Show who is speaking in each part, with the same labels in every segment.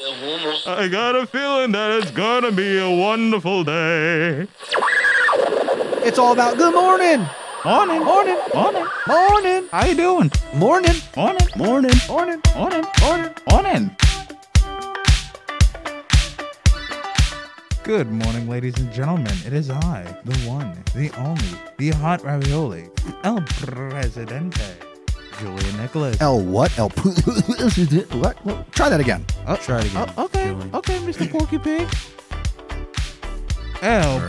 Speaker 1: I got a feeling that it's gonna be a wonderful day.
Speaker 2: It's all about good morning.
Speaker 1: Morning,
Speaker 2: Morning.
Speaker 1: morning.
Speaker 2: Morning.
Speaker 1: How you doing?
Speaker 2: Morning.
Speaker 1: Morning,
Speaker 2: Morning. Morning.
Speaker 1: morning,
Speaker 2: Morning.
Speaker 1: morning.
Speaker 3: Good morning, ladies and gentlemen. It is I, the one, the only, the hot ravioli, El Presidente, Julia Nicholas.
Speaker 2: El what? El poo. what? what? Try that again.
Speaker 3: Oh,
Speaker 2: Try it again.
Speaker 3: Oh, okay,
Speaker 2: Julie.
Speaker 3: okay, Mr. Porky Pig. El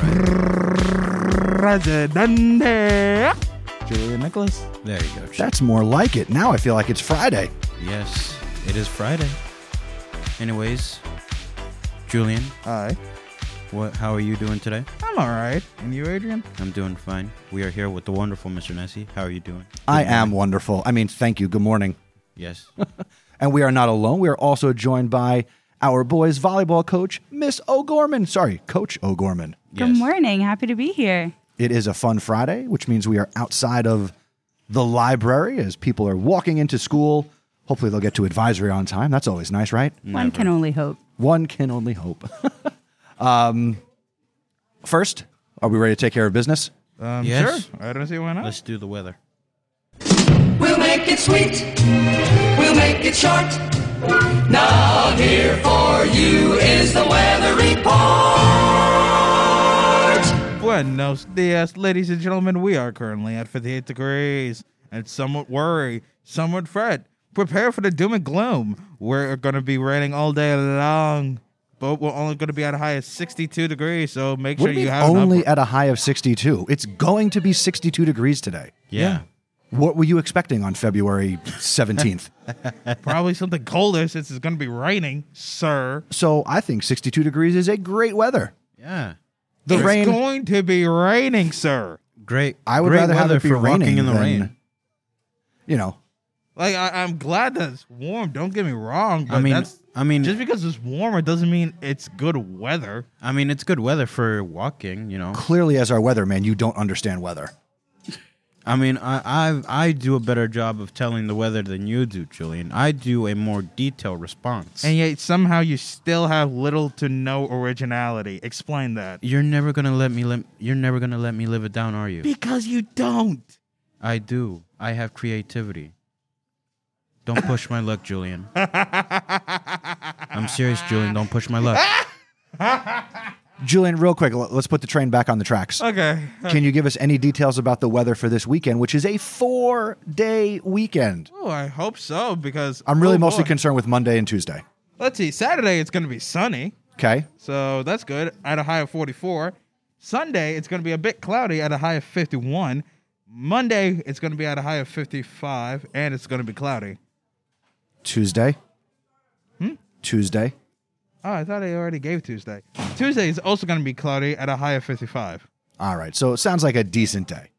Speaker 3: Presidente, Julia Nicholas.
Speaker 4: There you go. Ch-
Speaker 2: That's more like it. Now I feel like it's Friday.
Speaker 4: yes, it is Friday. Anyways, Julian,
Speaker 3: Hi,
Speaker 4: what? How are you doing today?
Speaker 3: I'm all right. And you, Adrian?
Speaker 4: I'm doing fine. We are here with the wonderful Mr. Nessie. How are you doing?
Speaker 2: I am wonderful. I mean, thank you. Good morning.
Speaker 4: Yes.
Speaker 2: And we are not alone. We are also joined by our boys' volleyball coach, Miss O'Gorman. Sorry, Coach O'Gorman.
Speaker 4: Yes.
Speaker 5: Good morning. Happy to be here.
Speaker 2: It is a fun Friday, which means we are outside of the library as people are walking into school. Hopefully, they'll get to advisory on time. That's always nice, right?
Speaker 5: One can only hope.
Speaker 2: One can only hope. um, first, are we ready to take care of business?
Speaker 3: Um,
Speaker 4: Yes.
Speaker 3: Sure. I don't see why not.
Speaker 4: Let's do the weather.
Speaker 6: We'll make it sweet. We'll make it short. Now here for you is the weather report.
Speaker 3: Buenos dias, ladies and gentlemen. We are currently at 58 degrees, and some would worry, some would fret. Prepare for the doom and gloom. We're going to be raining all day long, but we're only going to be at a high of 62 degrees, so make
Speaker 2: What
Speaker 3: sure
Speaker 2: do you
Speaker 3: you
Speaker 2: mean
Speaker 3: have
Speaker 2: only
Speaker 3: an
Speaker 2: at a high of 62? It's going to be 62 degrees today.
Speaker 4: Yeah.
Speaker 2: What were you expecting on February 17th?
Speaker 3: upper- probably something colder since it's going to be raining, sir.
Speaker 2: so I think 62 degrees is a great weather.
Speaker 4: Yeah.
Speaker 2: The
Speaker 3: it's
Speaker 2: rain.
Speaker 3: going to be raining, sir.
Speaker 4: Great.
Speaker 2: I would
Speaker 4: great
Speaker 2: rather have
Speaker 4: weather
Speaker 2: it be
Speaker 4: for walking
Speaker 2: raining
Speaker 4: in the
Speaker 2: than-
Speaker 4: rain.
Speaker 2: you know,
Speaker 3: Like I, I'm glad that it's warm. Don't get me wrong, but
Speaker 4: I mean,
Speaker 3: that's
Speaker 4: I mean,
Speaker 3: just because it's warmer doesn't mean it's good weather.
Speaker 4: I mean, it's good weather for walking. You know.
Speaker 2: clearly as our weatherman, you don't understand weather.
Speaker 4: I mean, I, I I do a better job of telling the weather than you do, Julian. I do a more detailed response.
Speaker 3: And yet somehow you still have little to no originality. Explain that.
Speaker 4: you're never gonna let me let you're never gonna let me live it down, are you?
Speaker 3: Because you don't.
Speaker 4: I do. I have creativity. Don't push my luck, Julian. I'm serious, Julian. Don't push my luck.
Speaker 2: Julian, real quick, l- let's put the train back on the tracks.
Speaker 3: Okay.
Speaker 2: Can you give us any details about the weather for this weekend, which is a four day weekend?
Speaker 3: Oh, I hope so because
Speaker 2: I'm really
Speaker 3: oh,
Speaker 2: mostly
Speaker 3: boy.
Speaker 2: concerned with Monday and Tuesday.
Speaker 3: Let's see. Saturday it's going to be sunny,
Speaker 2: Okay.
Speaker 3: so that's good. At a high of 44. Sunday it's going to be a bit cloudy at a high of 51. Monday it's going to be at a high of 55 and it's going to be cloudy.
Speaker 2: Tuesday. Tuesday.
Speaker 3: Oh, I thought I already gave Tuesday. Tuesday is also going to be cloudy at a high of 55.
Speaker 2: All right. So it sounds like a decent day.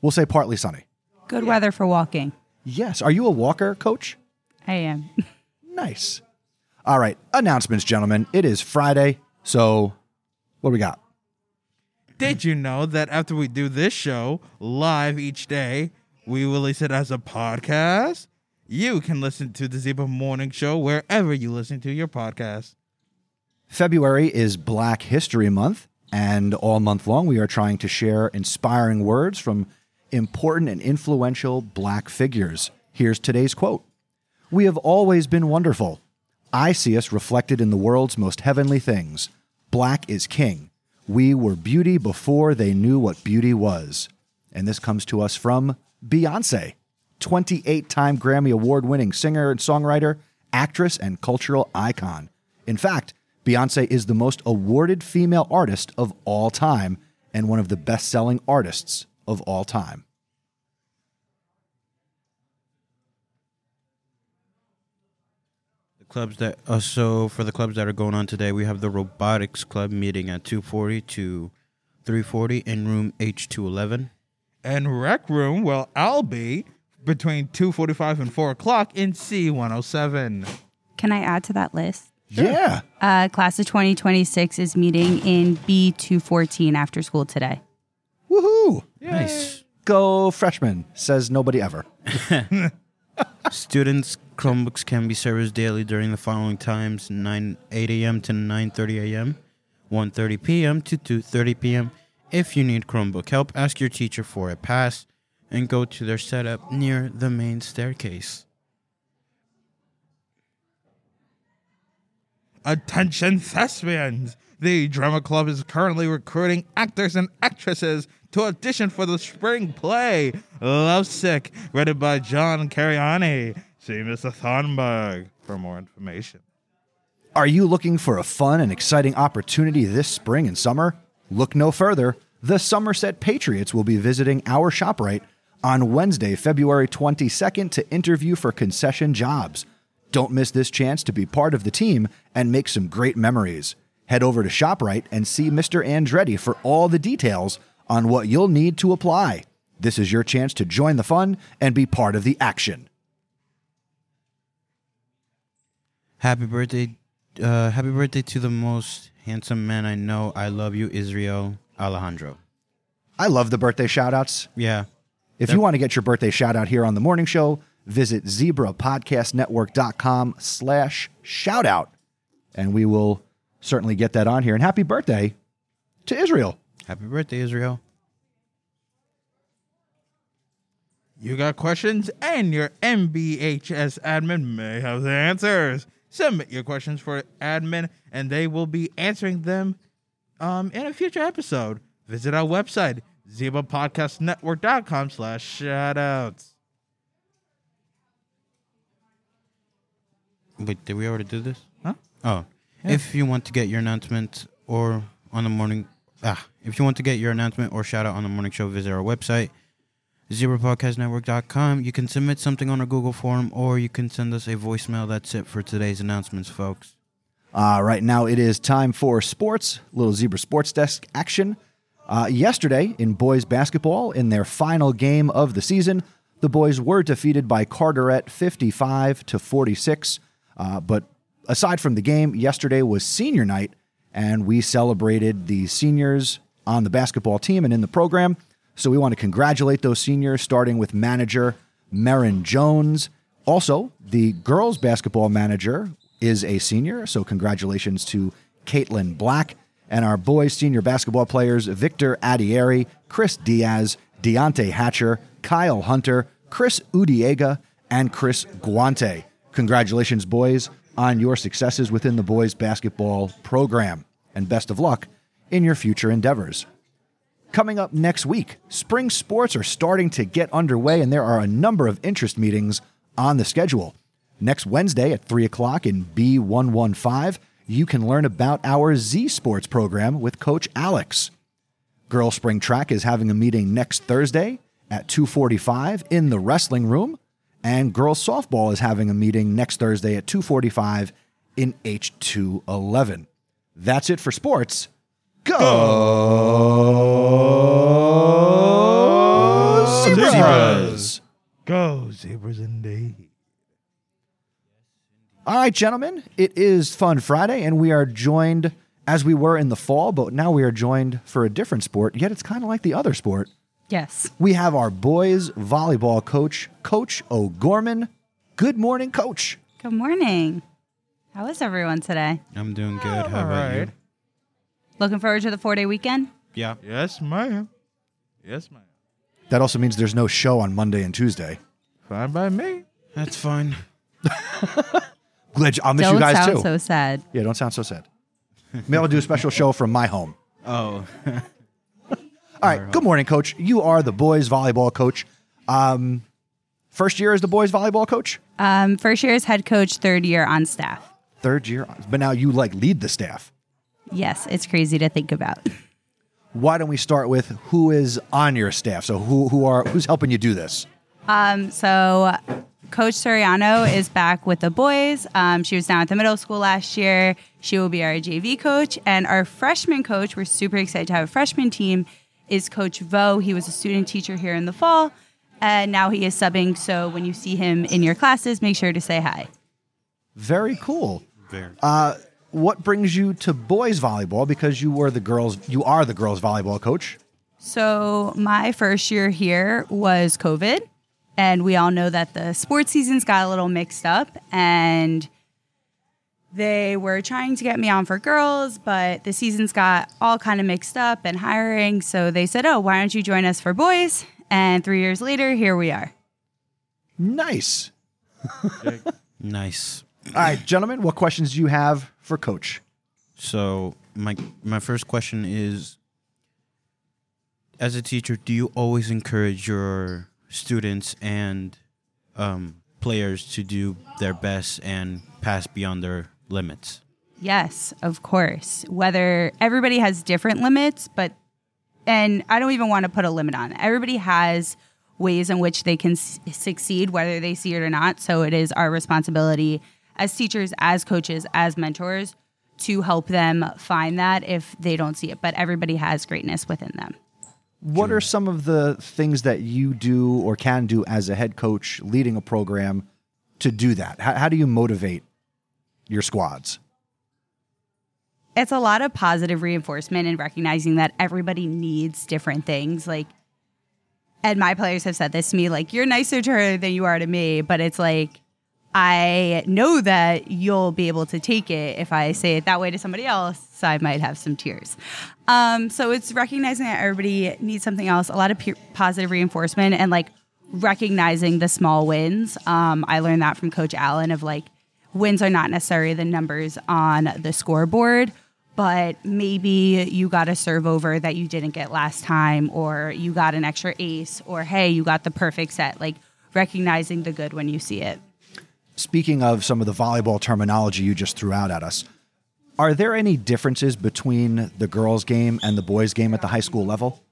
Speaker 2: We'll say partly sunny.
Speaker 5: Good weather for walking.
Speaker 2: Yes. Are you a walker, coach?
Speaker 5: I am.
Speaker 2: Nice. All right. Announcements, gentlemen. It is Friday. So what do we got?
Speaker 3: Did you know that after we do this show live each day, we release it as a podcast? You can listen to the Zebra Morning Show wherever you listen to your podcast.
Speaker 2: February is Black History Month, and all month long we are trying to share inspiring words from important and influential black figures. Here's today's quote We have always been wonderful. I see us reflected in the world's most heavenly things. Black is king. We were beauty before they knew what beauty was. And this comes to us from Beyonce, 28 time Grammy Award winning singer and songwriter, actress, and cultural icon. In fact, Beyonce is the most awarded female artist of all time and one of the best selling artists of all time.
Speaker 4: The clubs that uh, so for the clubs that are going on today, we have the robotics club meeting at 2:40 to 3:40 in room H211.
Speaker 3: And Rec Room, well, I'll be between 2.45 and 4 o'clock in C107.
Speaker 5: Can I add to that list?
Speaker 2: Yeah.
Speaker 5: Uh, class of 2026 is meeting in B214 after school today.
Speaker 2: Woohoo.
Speaker 4: Nice.
Speaker 2: Go freshman, says nobody ever.
Speaker 4: Students Chromebooks can be serviced daily during the following times 9 8 a.m. to 9:30 a.m., 1:30 p.m. to 2:30 p.m. If you need Chromebook help, ask your teacher for a pass and go to their setup near the main staircase.
Speaker 3: Attention thespians! The Drama Club is currently recruiting actors and actresses to audition for the spring play Lovesick, written by John Cariani. See Mr. Thornburg for more information.
Speaker 2: Are you looking for a fun and exciting opportunity this spring and summer? Look no further. The Somerset Patriots will be visiting our ShopRite on Wednesday, February 22nd to interview for concession jobs. Don't miss this chance to be part of the team and make some great memories. Head over to ShopRite and see Mr. Andretti for all the details on what you'll need to apply. This is your chance to join the fun and be part of the action.
Speaker 4: Happy birthday uh, happy birthday to the most handsome man I know. I love you, Israel Alejandro.
Speaker 2: I love the birthday shout outs.
Speaker 4: Yeah.
Speaker 2: If you want to get your birthday shout out here on the morning show, visit zebrapodcastnetwork.com slash shout out. And we will certainly get that on here. And happy birthday to Israel.
Speaker 4: Happy birthday, Israel.
Speaker 3: You got questions, and your MBHS admin may have the answers. Submit your questions for admin, and they will be answering them um, in a future episode. Visit our website, zebapodcastnetwork.com slash shoutouts.
Speaker 4: Wait, did we already do this?
Speaker 3: Huh?
Speaker 4: Oh, if you want to get your announcement or on the morning, ah, if you want to get your announcement or shout out on the morning show, visit our website, zebrapodcastnetwork.com. You can submit something on our Google form or you can send us a voicemail. That's it for today's announcements, folks.
Speaker 2: Uh, right now, it is time for sports, little zebra sports desk action. Uh, yesterday, in boys basketball, in their final game of the season, the boys were defeated by Carteret 55 to 46. Uh, but aside from the game, yesterday was senior night, and we celebrated the seniors on the basketball team and in the program. So we want to congratulate those seniors, starting with manager Marin Jones. Also, the girls basketball manager is a senior, so congratulations to Caitlin Black and our boys senior basketball players Victor Adieri, Chris Diaz, Deontay Hatcher, Kyle Hunter, Chris Udiega, and Chris Guante. Congratulations, boys, on your successes within the boys basketball program, and best of luck in your future endeavors. Coming up next week, spring sports are starting to get underway, and there are a number of interest meetings on the schedule. Next Wednesday at 3 o'clock in B115, you can learn about our Z Sports program with Coach Alex. Girl Spring Track is having a meeting next Thursday at 2:45 in the wrestling room, and Girls Softball is having a meeting next Thursday at 2:45 in H211. That's it for sports. Go! Zebras!
Speaker 1: Zebras!
Speaker 3: Go, zebras indeed.
Speaker 2: All right, gentlemen, it is Fun Friday, and we are joined as we were in the fall, but now we are joined for a different sport, yet it's kind of like the other sport.
Speaker 5: Yes.
Speaker 2: We have our boys volleyball coach, Coach O'Gorman. Good morning, Coach.
Speaker 5: Good morning. How is everyone today?
Speaker 4: I'm doing good. How about you?
Speaker 5: Looking forward to the four day weekend?
Speaker 4: Yeah.
Speaker 3: Yes, ma'am. Yes, ma'am.
Speaker 2: That also means there's no show on Monday and Tuesday.
Speaker 3: Fine by me.
Speaker 4: That's fine.
Speaker 2: Glad you- I'll miss
Speaker 5: Don't
Speaker 2: you guys
Speaker 5: sound
Speaker 2: too.
Speaker 5: so sad.
Speaker 2: yeah, don't sound so sad. Maybe I'll do a special show from my home.
Speaker 4: Oh,
Speaker 2: All right. Good morning, Coach. You are the boys volleyball coach. Um, first year as the boys volleyball coach.
Speaker 5: Um, first year as head coach, third year on staff.
Speaker 2: Third year, but now you like lead the staff.
Speaker 5: Yes, it's crazy to think about.
Speaker 2: why don't we start with who is on your staff? So who who are who's helping you do this?
Speaker 5: Um, so Coach Soriano is back with the boys. Um, she was down at the middle school last year. She will be our JV coach and our freshman coach. We're super excited to have a freshman team. Is Coach Vo? He was a student teacher here in the fall, and now he is subbing. So when you see him in your classes, make sure to say hi.
Speaker 2: Very cool.
Speaker 4: there.
Speaker 2: Uh, what brings you to boys volleyball? Because you were the girls, you are the girls volleyball coach.
Speaker 5: So my first year here was COVID. And we all know that the sports seasons got a little mixed up and they were trying to get me on for girls, but the seasons got all kind of mixed up and hiring. So they said, Oh, why don't you join us for boys? And three years later, here we are.
Speaker 2: Nice.
Speaker 4: Nice.
Speaker 2: All right, gentlemen, what questions do you have for Coach?
Speaker 4: So my my first question is as a teacher, do you always encourage your students and um, players to do their best and pass beyond their limits?
Speaker 5: Yes, of course. Whether everybody has different limits, but and I don't even want to put a limit on. it. Everybody has ways in which they can s- succeed whether they see it or not. So it is our responsibility as teachers, as coaches, as mentors to help them find that if they don't see it, but everybody has greatness within them.
Speaker 2: What are some of the things that you do or can do as a head coach leading a program to do that? How, how do you motivate your squads?
Speaker 5: it's a lot of positive reinforcement and recognizing that everybody needs different things. Like, and my players have said this to me, like, you're nicer to her than you are to me. But it's like, I know that you'll be able to take it. If I say it that way to somebody else, so I might have some tears. Um, so it's recognizing that everybody needs something else, a lot of peer- positive reinforcement, and like recognizing the small wins. Um, I learned that from Coach Allen of like, wins are not necessarily the numbers on the scoreboard, but maybe you got a serve over that you didn't get last time, or you got an extra ace, or hey, you got the perfect set. Like recognizing the good when you see it.
Speaker 2: Speaking of some of the volleyball terminology you just threw out at us, are there any differences between the girls' game and the boys' game at the high school level?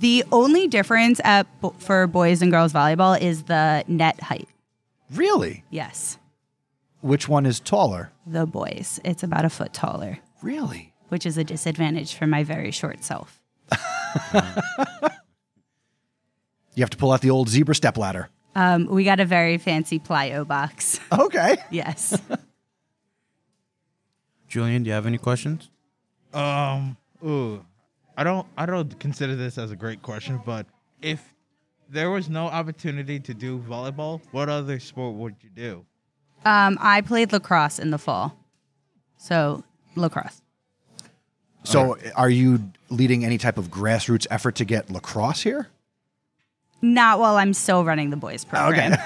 Speaker 5: The only difference at, for boys and girls volleyball is the net height.
Speaker 2: Really?
Speaker 5: Yes,
Speaker 2: Which one is taller?
Speaker 5: the boys. It's about a foot taller,
Speaker 2: Really?
Speaker 5: which is a disadvantage for my very short self.
Speaker 2: You have to pull out the old zebra step ladder.
Speaker 5: Um, we got a very fancy plyo box.
Speaker 2: Okay.
Speaker 5: Yes.
Speaker 4: Julian, do you have any questions?
Speaker 3: Um, ooh, I don't, I don't consider this as a great question, but if there was no opportunity to do volleyball, what other sport would you do?
Speaker 5: Um, I played lacrosse in the fall. So lacrosse.
Speaker 2: So, are you leading any type of grassroots effort to get lacrosse here?
Speaker 5: Not while I'm still running the boys program.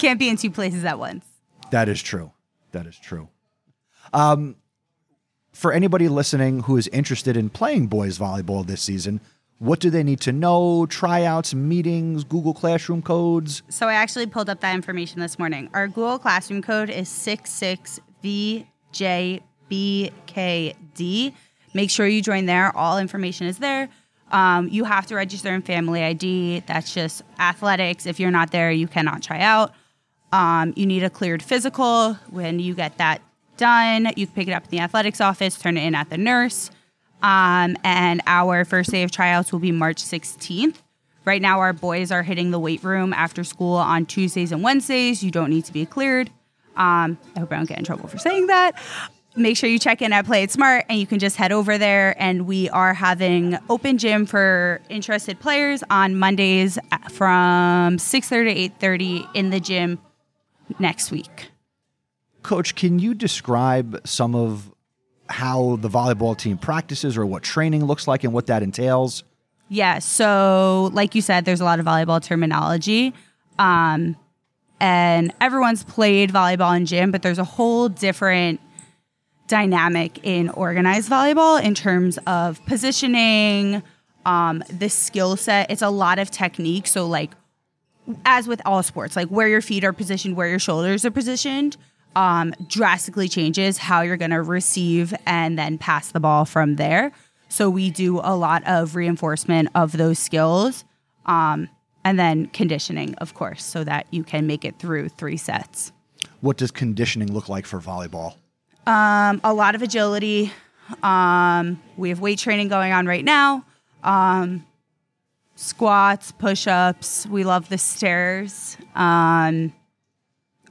Speaker 5: Can't be in two places at once.
Speaker 2: That is true. That is true. Um, for anybody listening who is interested in playing boys volleyball this season, what do they need to know? Tryouts, meetings, Google Classroom codes.
Speaker 5: So I actually pulled up that information this morning. Our Google Classroom code is 66VJBKD. Make sure you join there. All information is there. Um, you have to register in Family ID. That's just athletics. If you're not there, you cannot try out. Um, you need a cleared physical. When you get that done, you can pick it up in the athletics office, turn it in at the nurse. Um, and our first day of tryouts will be March 16th. Right now, our boys are hitting the weight room after school on Tuesdays and Wednesdays. You don't need to be cleared. Um, I hope I don't get in trouble for saying that. Make sure you check in at Play It Smart and you can just head over there. And we are having open gym for interested players on Mondays at- from 6.30 to 8.30 in the gym next week.
Speaker 2: Coach, can you describe some of how the volleyball team practices or what training looks like and what that entails?
Speaker 5: Yeah. So, like you said, there's a lot of volleyball terminology. Um, and everyone's played volleyball in gym, but there's a whole different dynamic in organized volleyball in terms of positioning, um, the skill set. It's a lot of technique. So, like, as with all sports, like where your feet are positioned, where your shoulders are positioned, um, drastically changes how you're going to receive and then pass the ball from there. So we do a lot of reinforcement of those skills um, and then conditioning, of course, so that you can make it through three sets.
Speaker 2: What does conditioning look like for volleyball?
Speaker 5: Um, a lot of agility. Um, we have weight training going on right now. Um, squats, push ups. We love the stairs. Um,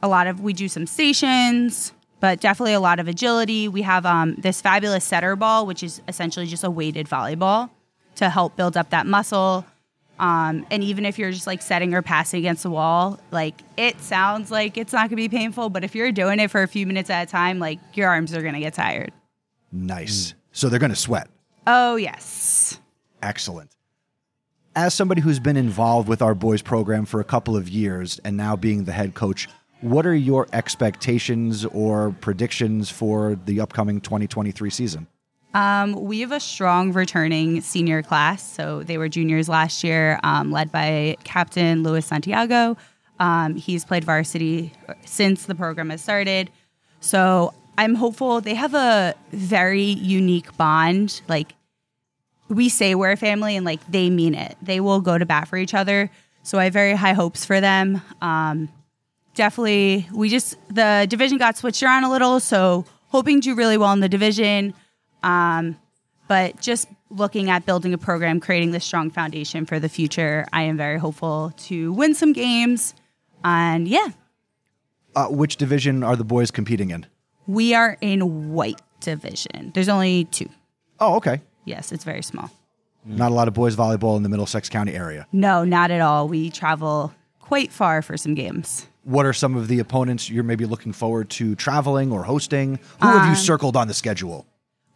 Speaker 5: a lot of, we do some stations, but definitely a lot of agility. We have um, this fabulous setter ball, which is essentially just a weighted volleyball to help build up that muscle. Um, and even if you're just like setting or passing against the wall, like it sounds like it's not gonna be painful, but if you're doing it for a few minutes at a time, like your arms are gonna get tired.
Speaker 2: Nice. So they're going to sweat.
Speaker 5: Oh, yes.
Speaker 2: Excellent. As somebody who's been involved with our boys program for a couple of years and now being the head coach, what are your expectations or predictions for the upcoming 2023 season?
Speaker 5: Um, we have a strong returning senior class. So they were juniors last year, um, led by Captain Luis Santiago. Um, he's played varsity since the program has started. So I'm hopeful they have a very unique bond. Like we say we're a family and like they mean it. They will go to bat for each other. So I have very high hopes for them. Um, definitely we just the division got switched around a little, so hoping to do really well in the division. Um, but just looking at building a program, creating this strong foundation for the future, I am very hopeful to win some games. And yeah,
Speaker 2: Uh, which division are the boys competing in?
Speaker 5: we are in white division. There's only two.
Speaker 2: Oh, okay.
Speaker 5: Yes, it's very small.
Speaker 2: Not a lot of boys volleyball in the Middlesex County area.
Speaker 5: No, not at all. We travel quite far for some games.
Speaker 2: What are some of the opponents you're maybe looking forward to traveling or hosting? Who have you circled on the schedule?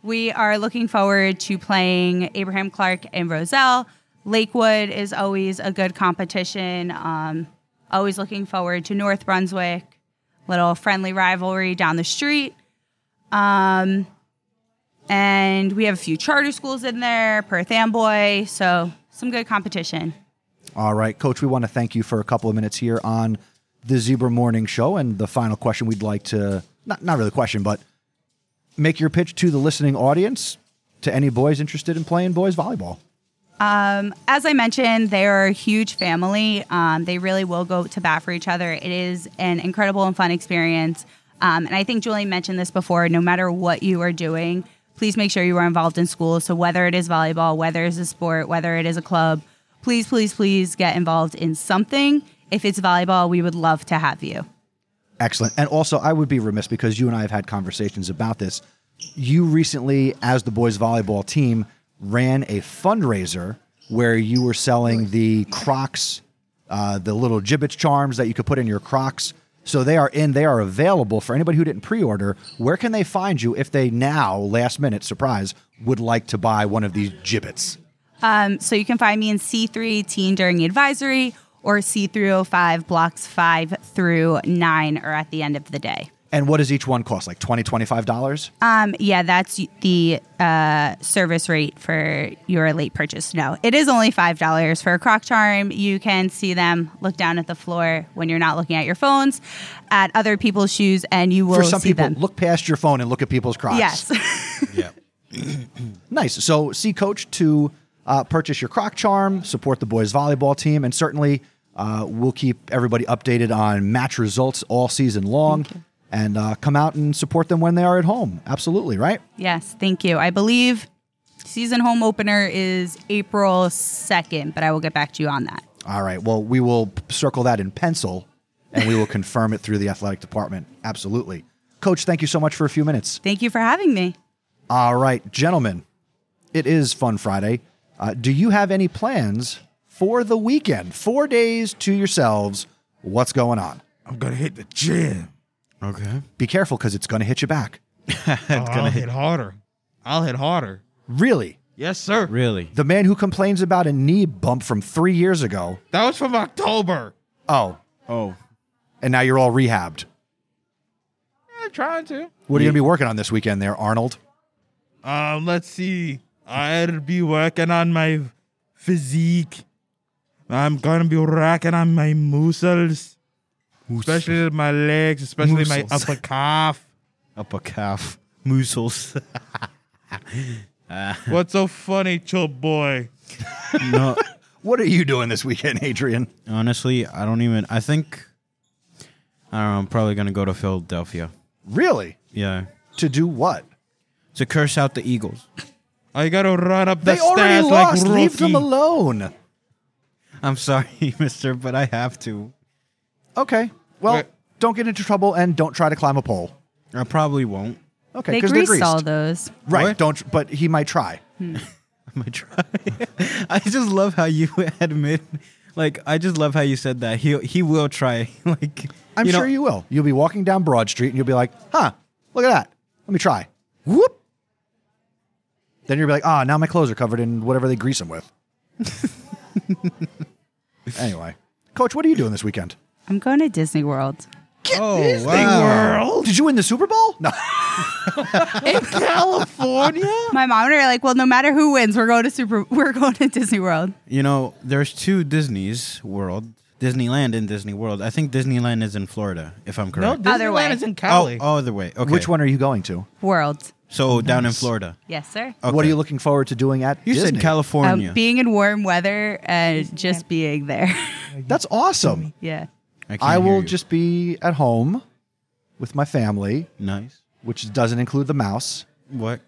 Speaker 5: We are looking forward to playing Abraham Clark and Roselle. Lakewood is always a good competition. Um, always looking forward to North Brunswick, little friendly rivalry down the street. Um, and we have a few charter schools in there, Perth Amboy, so some good competition.
Speaker 2: All right, Coach, we want to thank you for a couple of minutes here on the Zebra Morning Show. And the final question we'd like to, not, not really a question, but make your pitch to the listening audience, to any boys interested in playing boys volleyball.
Speaker 5: as I mentioned, they are a huge family. Um, they really will go to bat for each other. It is an incredible and fun experience. Um, and I think Julie mentioned this before no matter what you are doing, please make sure you are involved in school. So, whether it is volleyball, whether it is a sport, whether it is a club, please, please, please get involved in something. If it's volleyball, we would love to have you.
Speaker 2: Excellent. And also, I would be remiss because you and I have had conversations about this. You recently, as the boys volleyball team, ran a fundraiser where you were selling the Crocs, uh, the little gibbets charms that you could put in your Crocs. So they are in, they are available for anybody who didn't pre order. Where can they find you if they now, last minute, surprise, would like to buy one of these gibbets?
Speaker 5: Um, so you can find me in C3 Teen During Advisory or C305 blocks five through nine or at the end of the day.
Speaker 2: And what does each one cost? Like $20, $25?
Speaker 5: Um, yeah, that's the uh, service rate for your late purchase. No, it is only five dollars for a croc charm. You can see them look down at the floor when you're not looking at your phones, at other people's shoes, and you will
Speaker 2: for some
Speaker 5: see
Speaker 2: people,
Speaker 5: them.
Speaker 2: look past your phone and look at people's Crocs.
Speaker 5: yes,
Speaker 4: Yeah.
Speaker 2: Nice. So, see Coach to uh, purchase your croc charm, support the boys' volleyball team, and certainly uh, we'll keep everybody updated on match results all season long. And uh, come out and support them when they are at home. Absolutely, right?
Speaker 5: yes. Thank you. I believe season home opener is April second, but I will get back to you on that.
Speaker 2: All right. Well, we will p- circle that in pencil and we will confirm it through the athletic department. Absolutely. Coach, thank you so much for a few minutes.
Speaker 5: Thank you for having me.
Speaker 2: All right, gentlemen, it is Fun Friday. Uh, do you have any plans for the weekend? Four days to yourselves. What's going on?
Speaker 3: I'm gonna hit the gym.
Speaker 4: Okay.
Speaker 2: Be careful because it's going to hit you back.
Speaker 3: Oh, I'll hit harder. I'll hit harder.
Speaker 2: Really?
Speaker 3: Yes, sir.
Speaker 4: Really?
Speaker 2: The man who complains about a knee bump from three years ago.
Speaker 3: That was from October.
Speaker 2: Oh,
Speaker 4: Oh.
Speaker 2: and now you're all rehabbed.
Speaker 3: Eh, trying to.
Speaker 2: What are you going to be working on this weekend there, Arnold?
Speaker 3: Um, let's see. I'll be working on my physique. I'm gonna be working on my muscles, especially my legs, especially my
Speaker 4: Muscles.
Speaker 3: upper calf.
Speaker 4: Upper calf. Muscles.
Speaker 3: What's so funny, chub boy?
Speaker 4: no.
Speaker 2: What are you doing this weekend, Adrian?
Speaker 4: Honestly, I don't even. I think. I don't know. I'm probably going to go to Philadelphia.
Speaker 2: Really?
Speaker 4: Yeah.
Speaker 2: To do what?
Speaker 4: To curse out the Eagles.
Speaker 3: I Oh, gotta run up the
Speaker 2: they already
Speaker 3: stairs
Speaker 2: lost.
Speaker 3: like
Speaker 2: Leave them
Speaker 3: Rocky.
Speaker 2: alone.
Speaker 4: I'm sorry, mister, but I have to.
Speaker 2: Okay. Well,
Speaker 3: Wait.
Speaker 2: don't get into trouble and don't try to climb a pole.
Speaker 4: I probably won't.
Speaker 2: Okay,
Speaker 5: they
Speaker 2: because they're
Speaker 5: greased
Speaker 2: greased.
Speaker 5: all those.
Speaker 2: Right.
Speaker 4: What?
Speaker 2: Don't. But he might try.
Speaker 4: my try. I just love how you admit, like, I just love how you said that. He he will try. like,
Speaker 2: I'm
Speaker 4: you know,
Speaker 2: sure you will. You'll be walking down Broad Street and you'll be like, huh, look at that. Let me try. Whoop. Then you'll be like, ah, now my clothes are covered in whatever they grease them with. anyway, Coach, what are you doing this weekend?
Speaker 5: I'm going to Disney World.
Speaker 4: Oh wow!
Speaker 2: Uh, Did you win the Super Bowl? No.
Speaker 4: California.
Speaker 5: My mom and I are like, well, no matter who wins, we're going to Super, we're going to Disney World.
Speaker 4: You know, there's two Disney's World, Disneyland and Disney World. I think Disneyland is in Florida, if I'm
Speaker 3: No,
Speaker 4: correct.
Speaker 3: Disneyland
Speaker 5: Other way.
Speaker 3: is in Cali.
Speaker 4: oh, oh, the way. Okay.
Speaker 2: Which one are you going to?
Speaker 5: World.
Speaker 4: So down in Florida.
Speaker 5: Yes, sir.
Speaker 2: What are
Speaker 4: Okay.
Speaker 2: you looking forward to doing at
Speaker 4: You
Speaker 2: Disney?
Speaker 4: said California.
Speaker 5: Um, being in warm weather and just being there.
Speaker 2: That's awesome.
Speaker 5: yeah.
Speaker 4: I, can't
Speaker 2: I
Speaker 4: hear
Speaker 2: will
Speaker 4: you.
Speaker 2: just be at home with my family,
Speaker 4: nice.
Speaker 2: which doesn't include the mouse,
Speaker 4: What?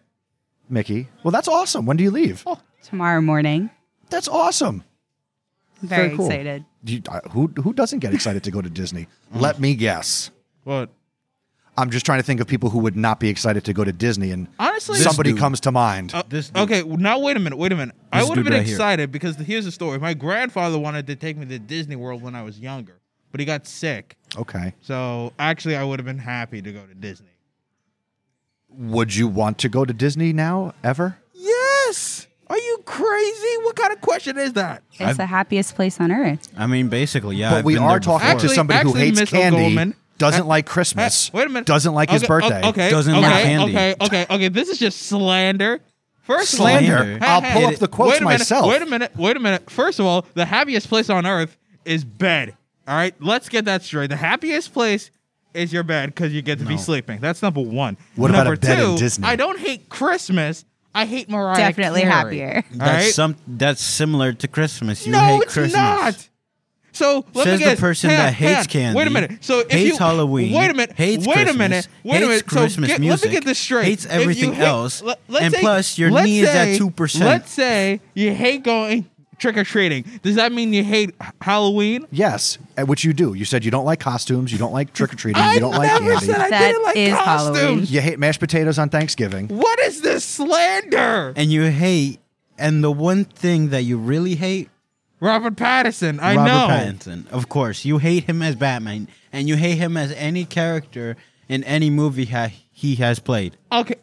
Speaker 2: Mickey. Well, that's awesome. When do you leave?
Speaker 4: Oh,
Speaker 5: Tomorrow morning.
Speaker 2: That's awesome.
Speaker 5: Very,
Speaker 2: Very cool.
Speaker 5: excited.
Speaker 2: You, I- who who doesn't get excited to go to Disney? Let me guess.
Speaker 3: What?
Speaker 2: I'm just trying to think of people who would not be excited to go to Disney, and
Speaker 3: Honestly,
Speaker 2: somebody
Speaker 4: dude.
Speaker 2: comes to mind.
Speaker 3: Uh,
Speaker 4: This dude.
Speaker 3: okay, well, now wait a minute, wait a minute. I
Speaker 4: This
Speaker 3: would have
Speaker 4: dude
Speaker 3: been
Speaker 4: right here.
Speaker 3: excited because here's the story. My grandfather wanted to take me to Disney World when I was younger, but he got sick.
Speaker 2: okay.
Speaker 3: So actually, I would have been happy to go to Disney.
Speaker 2: Would you want to go to Disney now? Ever?
Speaker 3: Yes. Are you crazy? What kind of question is that?
Speaker 5: It's the happiest place on earth.
Speaker 4: I mean, basically, yeah.
Speaker 2: but
Speaker 4: I've
Speaker 2: we
Speaker 4: been
Speaker 2: are
Speaker 4: there before.
Speaker 2: talking to
Speaker 3: Actually-
Speaker 2: somebody who
Speaker 3: actually,
Speaker 2: hates
Speaker 3: Miss
Speaker 2: candy,
Speaker 3: O'Gorman-
Speaker 2: doesn't
Speaker 3: Uh,
Speaker 2: like Christmas,
Speaker 3: Hey, wait a minute.
Speaker 2: doesn't like
Speaker 3: Okay,
Speaker 2: his
Speaker 3: o-
Speaker 2: birthday.
Speaker 3: Okay.
Speaker 4: Doesn't
Speaker 3: okay,
Speaker 4: like candy.
Speaker 3: Okay. Okay. Okay. This is just slander. First of all-
Speaker 2: Slander.
Speaker 4: Slander.
Speaker 2: I'll
Speaker 3: Hey, hey,
Speaker 2: pull
Speaker 3: hey,
Speaker 2: up the quotes
Speaker 3: wait a minute,
Speaker 2: myself.
Speaker 3: Wait a minute. Wait a minute. First of all, the happiest place on earth is bed. All right. Let's get that straight. The happiest place is your bed because you get to be sleeping. That's number one.
Speaker 2: What about
Speaker 3: number
Speaker 2: a bed in
Speaker 3: two,
Speaker 2: Disney?
Speaker 3: I don't hate Christmas. I hate Mariah.
Speaker 5: Definitely
Speaker 3: Carey.
Speaker 5: happier.
Speaker 3: All
Speaker 4: That's
Speaker 3: right.
Speaker 4: some. That's similar to Christmas. You
Speaker 3: no,
Speaker 4: hate
Speaker 3: it's
Speaker 4: Christmas.
Speaker 3: not. So let
Speaker 4: Says
Speaker 3: me
Speaker 4: the
Speaker 3: guess.
Speaker 4: person
Speaker 3: Hang on,
Speaker 4: that hates
Speaker 3: hang on.
Speaker 4: candy,
Speaker 3: Wait a minute. So if
Speaker 4: hates
Speaker 3: you,
Speaker 4: Halloween,
Speaker 3: Wait a minute.
Speaker 4: hates
Speaker 3: wait
Speaker 4: Christmas,
Speaker 3: a minute. Wait
Speaker 4: hates
Speaker 3: a minute. so
Speaker 4: Christmas
Speaker 3: get, Let
Speaker 4: music,
Speaker 3: me get this straight.
Speaker 4: hates
Speaker 3: If you
Speaker 4: everything
Speaker 3: hate-
Speaker 4: else,
Speaker 3: let- let's
Speaker 4: and
Speaker 3: say-
Speaker 4: plus your
Speaker 3: let's
Speaker 4: knee is at
Speaker 3: say-
Speaker 4: 2%.
Speaker 3: Let's say you hate going trick or treating. Does that mean you hate Halloween?
Speaker 2: Yes, uh, which you do. You said you don't like costumes, you don't like trick or treating,
Speaker 3: I
Speaker 2: you don't like
Speaker 3: never
Speaker 2: candy.
Speaker 3: said I
Speaker 5: That
Speaker 3: didn't like
Speaker 5: is
Speaker 3: costumes.
Speaker 5: Halloween.
Speaker 2: You hate mashed potatoes on Thanksgiving.
Speaker 3: What is this slander?
Speaker 4: And you hate. And the one thing that you really hate,
Speaker 3: Robert Pattinson. I
Speaker 4: Robert
Speaker 3: know.
Speaker 4: Pattinson. Of course, you hate him as Batman, and you hate him as any character in any movie ha- he has played.
Speaker 3: Okay.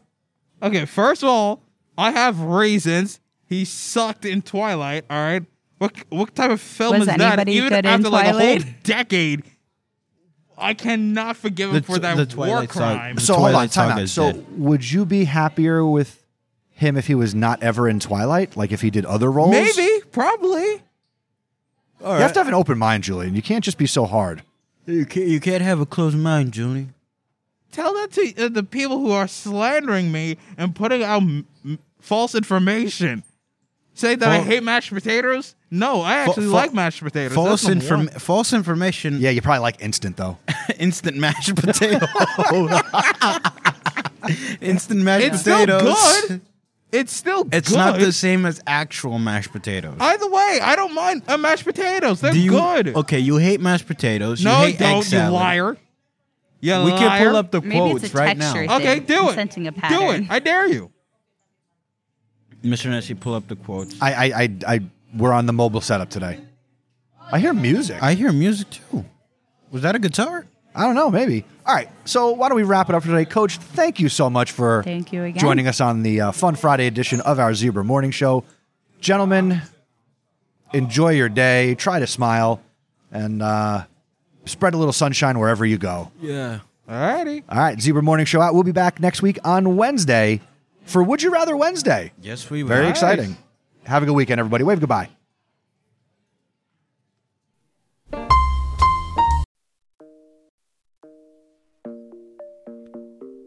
Speaker 3: Okay, first of all, I have reasons. He sucked in Twilight, all right? What what type of film
Speaker 5: Was
Speaker 3: is that?
Speaker 5: anybody
Speaker 3: Even
Speaker 5: good in
Speaker 3: after like a whole
Speaker 5: Twilight?
Speaker 3: decade, I cannot forgive him
Speaker 4: The
Speaker 3: for
Speaker 4: tw-
Speaker 3: that
Speaker 4: the
Speaker 3: war
Speaker 4: Twilight saga.
Speaker 3: crime.
Speaker 2: So hold on,
Speaker 4: Twilight
Speaker 2: time
Speaker 4: Saga
Speaker 2: out.
Speaker 4: is
Speaker 2: So
Speaker 4: dead.
Speaker 2: would you be happier with him if he was not ever in Twilight? Like if he did other roles?
Speaker 3: Maybe, probably.
Speaker 2: You have to have an open mind, Julian. You can't just be so hard.
Speaker 4: You can't, you can't have a closed mind, Julie.
Speaker 3: Tell that to uh, the people who are slandering me and putting out m- m- false information. Say that I
Speaker 4: Fal-
Speaker 3: hate mashed potatoes? No, I actually
Speaker 4: fal-
Speaker 3: like mashed potatoes. That's
Speaker 4: False,
Speaker 3: number one.
Speaker 4: inform- false information,
Speaker 2: Yeah, you probably like instant though.
Speaker 4: instant mashed potato. instant mashed
Speaker 3: It's still
Speaker 4: potatoes.
Speaker 3: good. It's still
Speaker 4: It's not
Speaker 3: good.
Speaker 4: the same as actual mashed potatoes.
Speaker 3: Either way, I don't mind uh, mashed potatoes. They're
Speaker 4: Do you,
Speaker 3: good.
Speaker 4: Okay, you hate mashed potatoes.
Speaker 3: no,
Speaker 4: you
Speaker 3: you
Speaker 4: hate egg
Speaker 3: don't, you
Speaker 4: salad.
Speaker 3: liar. You
Speaker 4: We can
Speaker 3: liar.
Speaker 4: pull up the
Speaker 5: Maybe it's
Speaker 4: quotes
Speaker 5: a
Speaker 4: right now.
Speaker 5: texture thing.
Speaker 3: Okay, do
Speaker 5: I'm
Speaker 3: it.
Speaker 5: sensing a
Speaker 3: do it.
Speaker 5: pattern.
Speaker 3: I dare you.
Speaker 4: Mr. Nessie, pull up the quotes.
Speaker 2: I, I, I, I, we're on the mobile setup today. I hear music.
Speaker 4: I hear music too. Was that a guitar?
Speaker 2: I don't know, maybe. All right, so why don't we wrap it up for today, Coach? Thank you so much for
Speaker 5: Thank you again.
Speaker 2: joining us on the uh, Fun Friday edition of our Zebra Morning Show, gentlemen. Enjoy your day. Try to smile, and uh, spread a little sunshine wherever you go.
Speaker 4: Yeah.
Speaker 3: Alrighty.
Speaker 2: All right, Zebra Morning Show out. We'll be back next week on Wednesday for Would You Rather Wednesday.
Speaker 4: Yes, we
Speaker 2: Very
Speaker 4: were.
Speaker 2: exciting. Have a good weekend, everybody. Wave goodbye.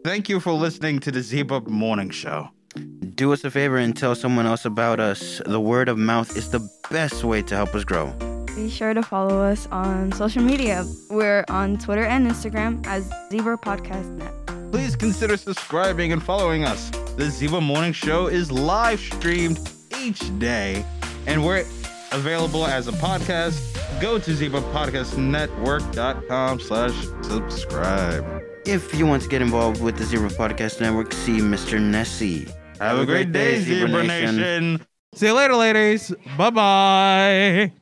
Speaker 7: Thank you for listening to the Zebra Morning Show.
Speaker 4: Do us a favor and tell someone else about us. The word of mouth is the best way to help us grow.
Speaker 8: Be sure to follow us on social media. We're on Twitter and Instagram as Zebra Podcast Net.
Speaker 7: Please consider subscribing and following us. The Zebra Morning Show is live streamed each day, and we're available as a podcast. Go to zebrapodcastnetwork.com slash subscribe.
Speaker 4: If you want to get involved with the Zero Podcast Network, see Mr. Nessie.
Speaker 7: Have a great day, Zebra Nation.
Speaker 3: See you later, ladies. Bye bye.